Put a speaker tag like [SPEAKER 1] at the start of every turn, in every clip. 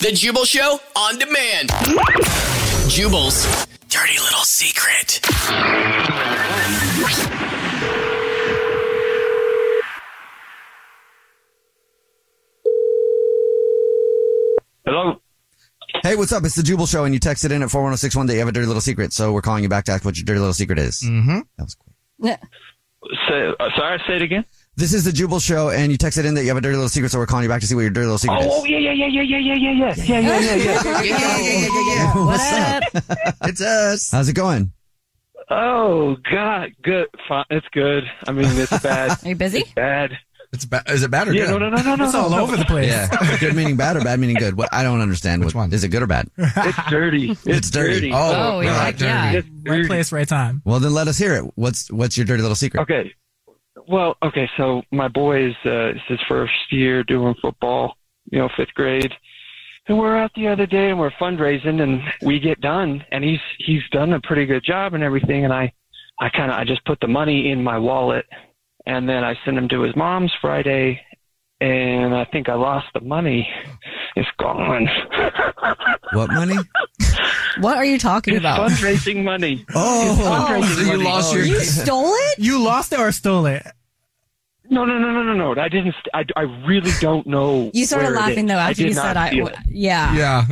[SPEAKER 1] The Jubal Show on demand. Jubal's dirty little secret.
[SPEAKER 2] Hello.
[SPEAKER 3] Hey, what's up? It's the Jubal Show, and you texted in at 41061 that you have a dirty little secret, so we're calling you back to ask what your dirty little secret is. Mm-hmm. That was cool.
[SPEAKER 2] Say, uh, sorry, say it again.
[SPEAKER 3] This is the Jubal Show, and you texted in that you have a dirty little secret, so we're calling you back to see what your dirty little secret
[SPEAKER 2] Oh
[SPEAKER 3] is.
[SPEAKER 2] yeah, yeah, yeah, yeah, yeah, yeah, yeah, yeah, yeah, yeah, yeah, yeah.
[SPEAKER 3] What's up? it's us. How's it going?
[SPEAKER 2] Oh God, good. Fine. It's good. I mean, it's bad.
[SPEAKER 4] Are you busy?
[SPEAKER 2] bad.
[SPEAKER 5] It's ba- is it bad or
[SPEAKER 2] Yeah,
[SPEAKER 5] good?
[SPEAKER 2] no, no, no, no, no.
[SPEAKER 6] It's
[SPEAKER 2] no,
[SPEAKER 6] all
[SPEAKER 2] no.
[SPEAKER 6] over the place.
[SPEAKER 3] Yeah. good meaning bad or bad meaning good? What I don't understand. Which
[SPEAKER 5] one?
[SPEAKER 3] Is it good or bad?
[SPEAKER 2] It's dirty. It's,
[SPEAKER 3] dirty.
[SPEAKER 2] dirty.
[SPEAKER 4] Oh,
[SPEAKER 5] yeah,
[SPEAKER 4] you're like,
[SPEAKER 5] dirty.
[SPEAKER 4] yeah.
[SPEAKER 2] It's
[SPEAKER 6] Right
[SPEAKER 2] dirty.
[SPEAKER 6] place, right time.
[SPEAKER 3] Well, then let us hear it. What's What's your dirty little secret?
[SPEAKER 2] Okay. Well, okay. So my boy is uh, it's his first year doing football. You know, fifth grade. And we're out the other day, and we're fundraising, and we get done, and he's he's done a pretty good job and everything. And I, I kind of I just put the money in my wallet, and then I send him to his mom's Friday, and I think I lost the money. It's gone.
[SPEAKER 3] What money?
[SPEAKER 4] What are you talking
[SPEAKER 2] His
[SPEAKER 4] about?
[SPEAKER 2] fundraising money.
[SPEAKER 3] Oh,
[SPEAKER 2] fundraising
[SPEAKER 5] So you
[SPEAKER 2] money.
[SPEAKER 5] lost your.
[SPEAKER 4] You stole it?
[SPEAKER 6] You lost it or stole it?
[SPEAKER 2] No, no, no, no, no, no. I didn't. st- I, I really don't know.
[SPEAKER 4] You started
[SPEAKER 2] where it
[SPEAKER 4] laughing
[SPEAKER 2] is.
[SPEAKER 4] though after
[SPEAKER 2] did
[SPEAKER 4] you
[SPEAKER 2] not
[SPEAKER 4] said I.
[SPEAKER 2] steal
[SPEAKER 4] w- yeah.
[SPEAKER 5] Yeah.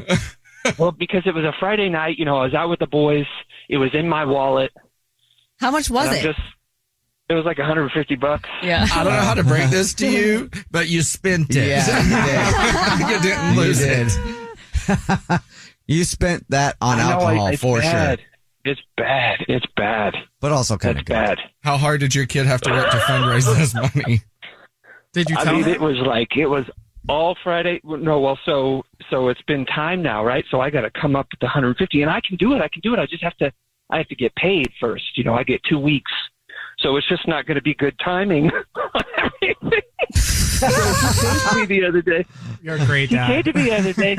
[SPEAKER 2] it. Well, because it was a Friday night. You know, I was out with the boys. It was in my wallet.
[SPEAKER 4] How much was
[SPEAKER 2] and
[SPEAKER 4] it?
[SPEAKER 2] I'm just. It was like 150 bucks.
[SPEAKER 4] yeah.
[SPEAKER 5] I don't know how to break this to you, but you spent it.
[SPEAKER 3] Yeah,
[SPEAKER 5] you didn't
[SPEAKER 3] you
[SPEAKER 5] lose
[SPEAKER 3] did.
[SPEAKER 5] it.
[SPEAKER 3] You did. you spent that on
[SPEAKER 2] I know, I-
[SPEAKER 3] alcohol
[SPEAKER 2] it's
[SPEAKER 3] for
[SPEAKER 2] bad.
[SPEAKER 3] sure,
[SPEAKER 2] It's bad. It's bad.
[SPEAKER 3] but also kind
[SPEAKER 2] That's
[SPEAKER 3] of good.
[SPEAKER 2] bad.
[SPEAKER 5] How hard did your kid have to work to fundraise this money?
[SPEAKER 6] Did you
[SPEAKER 2] I
[SPEAKER 6] tell
[SPEAKER 2] mean,
[SPEAKER 6] him?
[SPEAKER 2] it was like it was all Friday. No, well, so so it's been time now, right? So I got to come up with the 150, and I can do it. I can do it. I just have to. I have to get paid first. You know, I get two weeks, so it's just not going to be good timing. on everything. so he came to me the other day.
[SPEAKER 6] You're a great
[SPEAKER 2] He
[SPEAKER 6] dad.
[SPEAKER 2] came to me the other day.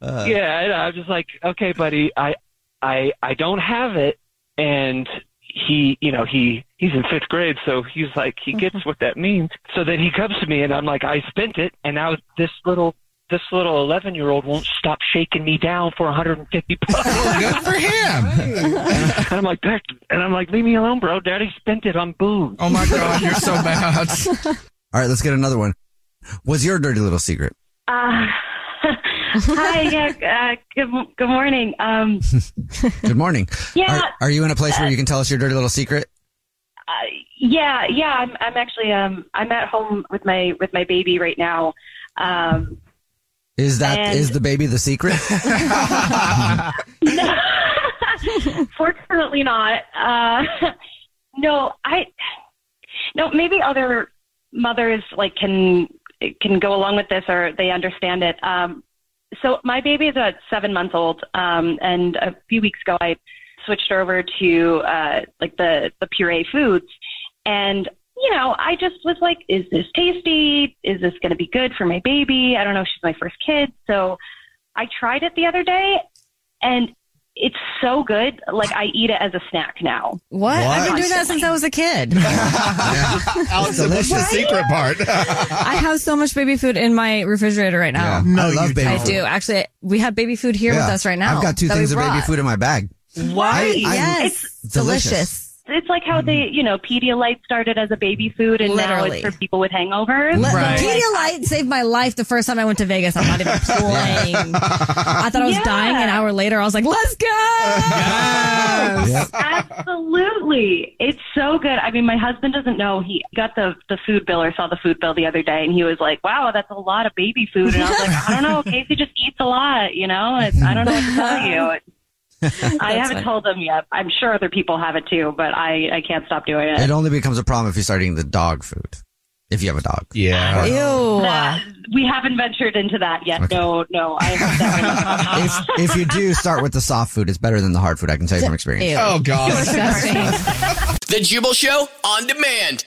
[SPEAKER 3] Uh,
[SPEAKER 2] yeah, and I was just like, okay, buddy, I, I, I don't have it, and he, you know, he, he's in fifth grade, so he's like, he gets what that means. So then he comes to me, and I'm like, I spent it, and now this little, this little eleven year old won't stop shaking me down for 150 bucks,
[SPEAKER 5] Good for him.
[SPEAKER 2] and I'm like, that, and I'm like, leave me alone, bro, daddy spent it on booze.
[SPEAKER 5] Oh my God, you're so bad.
[SPEAKER 3] All right, let's get another one. What's your dirty little secret?
[SPEAKER 7] Uh, hi, yeah, uh, good, mo- good morning. Um,
[SPEAKER 3] Good morning.
[SPEAKER 7] Yeah.
[SPEAKER 3] Are, are you in a place where you can tell us your dirty little secret?
[SPEAKER 7] uh, yeah, yeah, I'm, I'm actually, um, I'm at home with my, with my baby right now. Um,
[SPEAKER 3] Is that is
[SPEAKER 7] And-
[SPEAKER 3] the baby the secret?
[SPEAKER 7] fortunately not. Uh, no, I, no, maybe other mothers like can, can go along with this or they understand it. Um, so my baby is about seven months old. Um, and a few weeks ago, I switched over to, uh, like the, the puree foods and, you know, I just was like, is this tasty? Is this going to be good for my baby? I don't know. She's my first kid. So I tried it the other day and it's so good. Like I eat it as a snack now.
[SPEAKER 4] What? I've been doing that since I was a kid.
[SPEAKER 5] Alex, said, what's the secret part?
[SPEAKER 4] I have so much baby food in my refrigerator right now.
[SPEAKER 3] Yeah. No, I love you baby
[SPEAKER 4] I
[SPEAKER 3] don't.
[SPEAKER 4] do. Actually, we have baby food here
[SPEAKER 3] Yeah.
[SPEAKER 4] with us right now.
[SPEAKER 3] I've got two
[SPEAKER 4] that we
[SPEAKER 3] things of baby
[SPEAKER 4] brought.
[SPEAKER 3] food in my bag.
[SPEAKER 4] Why?
[SPEAKER 3] I- I-
[SPEAKER 4] yes.
[SPEAKER 3] It's delicious.
[SPEAKER 7] It's like how they, you know, Pedialyte started as a baby food and now
[SPEAKER 4] Mm-hmm. Literally.
[SPEAKER 7] it's for people with hangovers.
[SPEAKER 4] Le-
[SPEAKER 7] Like,
[SPEAKER 4] Pedialyte saved my life the first time I went to Vegas. I'm not even playing. I thought I was
[SPEAKER 7] Yeah.
[SPEAKER 4] dying an hour later. I was like, let's go.
[SPEAKER 7] Absolutely. It's so good. I mean, my husband doesn't know. He got the, the food bill or saw the food bill the other day and he was like, wow, that's a lot of baby food. And I was like, I don't know. Casey just eats a lot, you know? It's, I don't know what to tell you. I haven't
[SPEAKER 4] funny.
[SPEAKER 7] told him yet. I'm sure other people have it too, but I, I can't stop doing it.
[SPEAKER 3] It only becomes a problem if you start eating the dog food. If you have a dog.
[SPEAKER 5] Yeah.
[SPEAKER 7] That- we haven't ventured into that yet. No, no. I have that one.
[SPEAKER 3] if if you do start with the soft food, it's better than the hard food. I can tell you from experience.
[SPEAKER 5] Oh, God.
[SPEAKER 1] The Jubal Show on demand.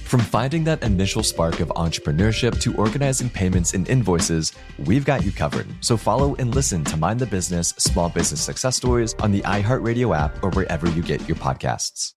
[SPEAKER 8] From finding that initial spark of entrepreneurship to organizing payments and invoices, we've got you covered. So follow and listen to Mind the Business Small Business Success Stories on the iHeartRadio app or wherever you get your podcasts.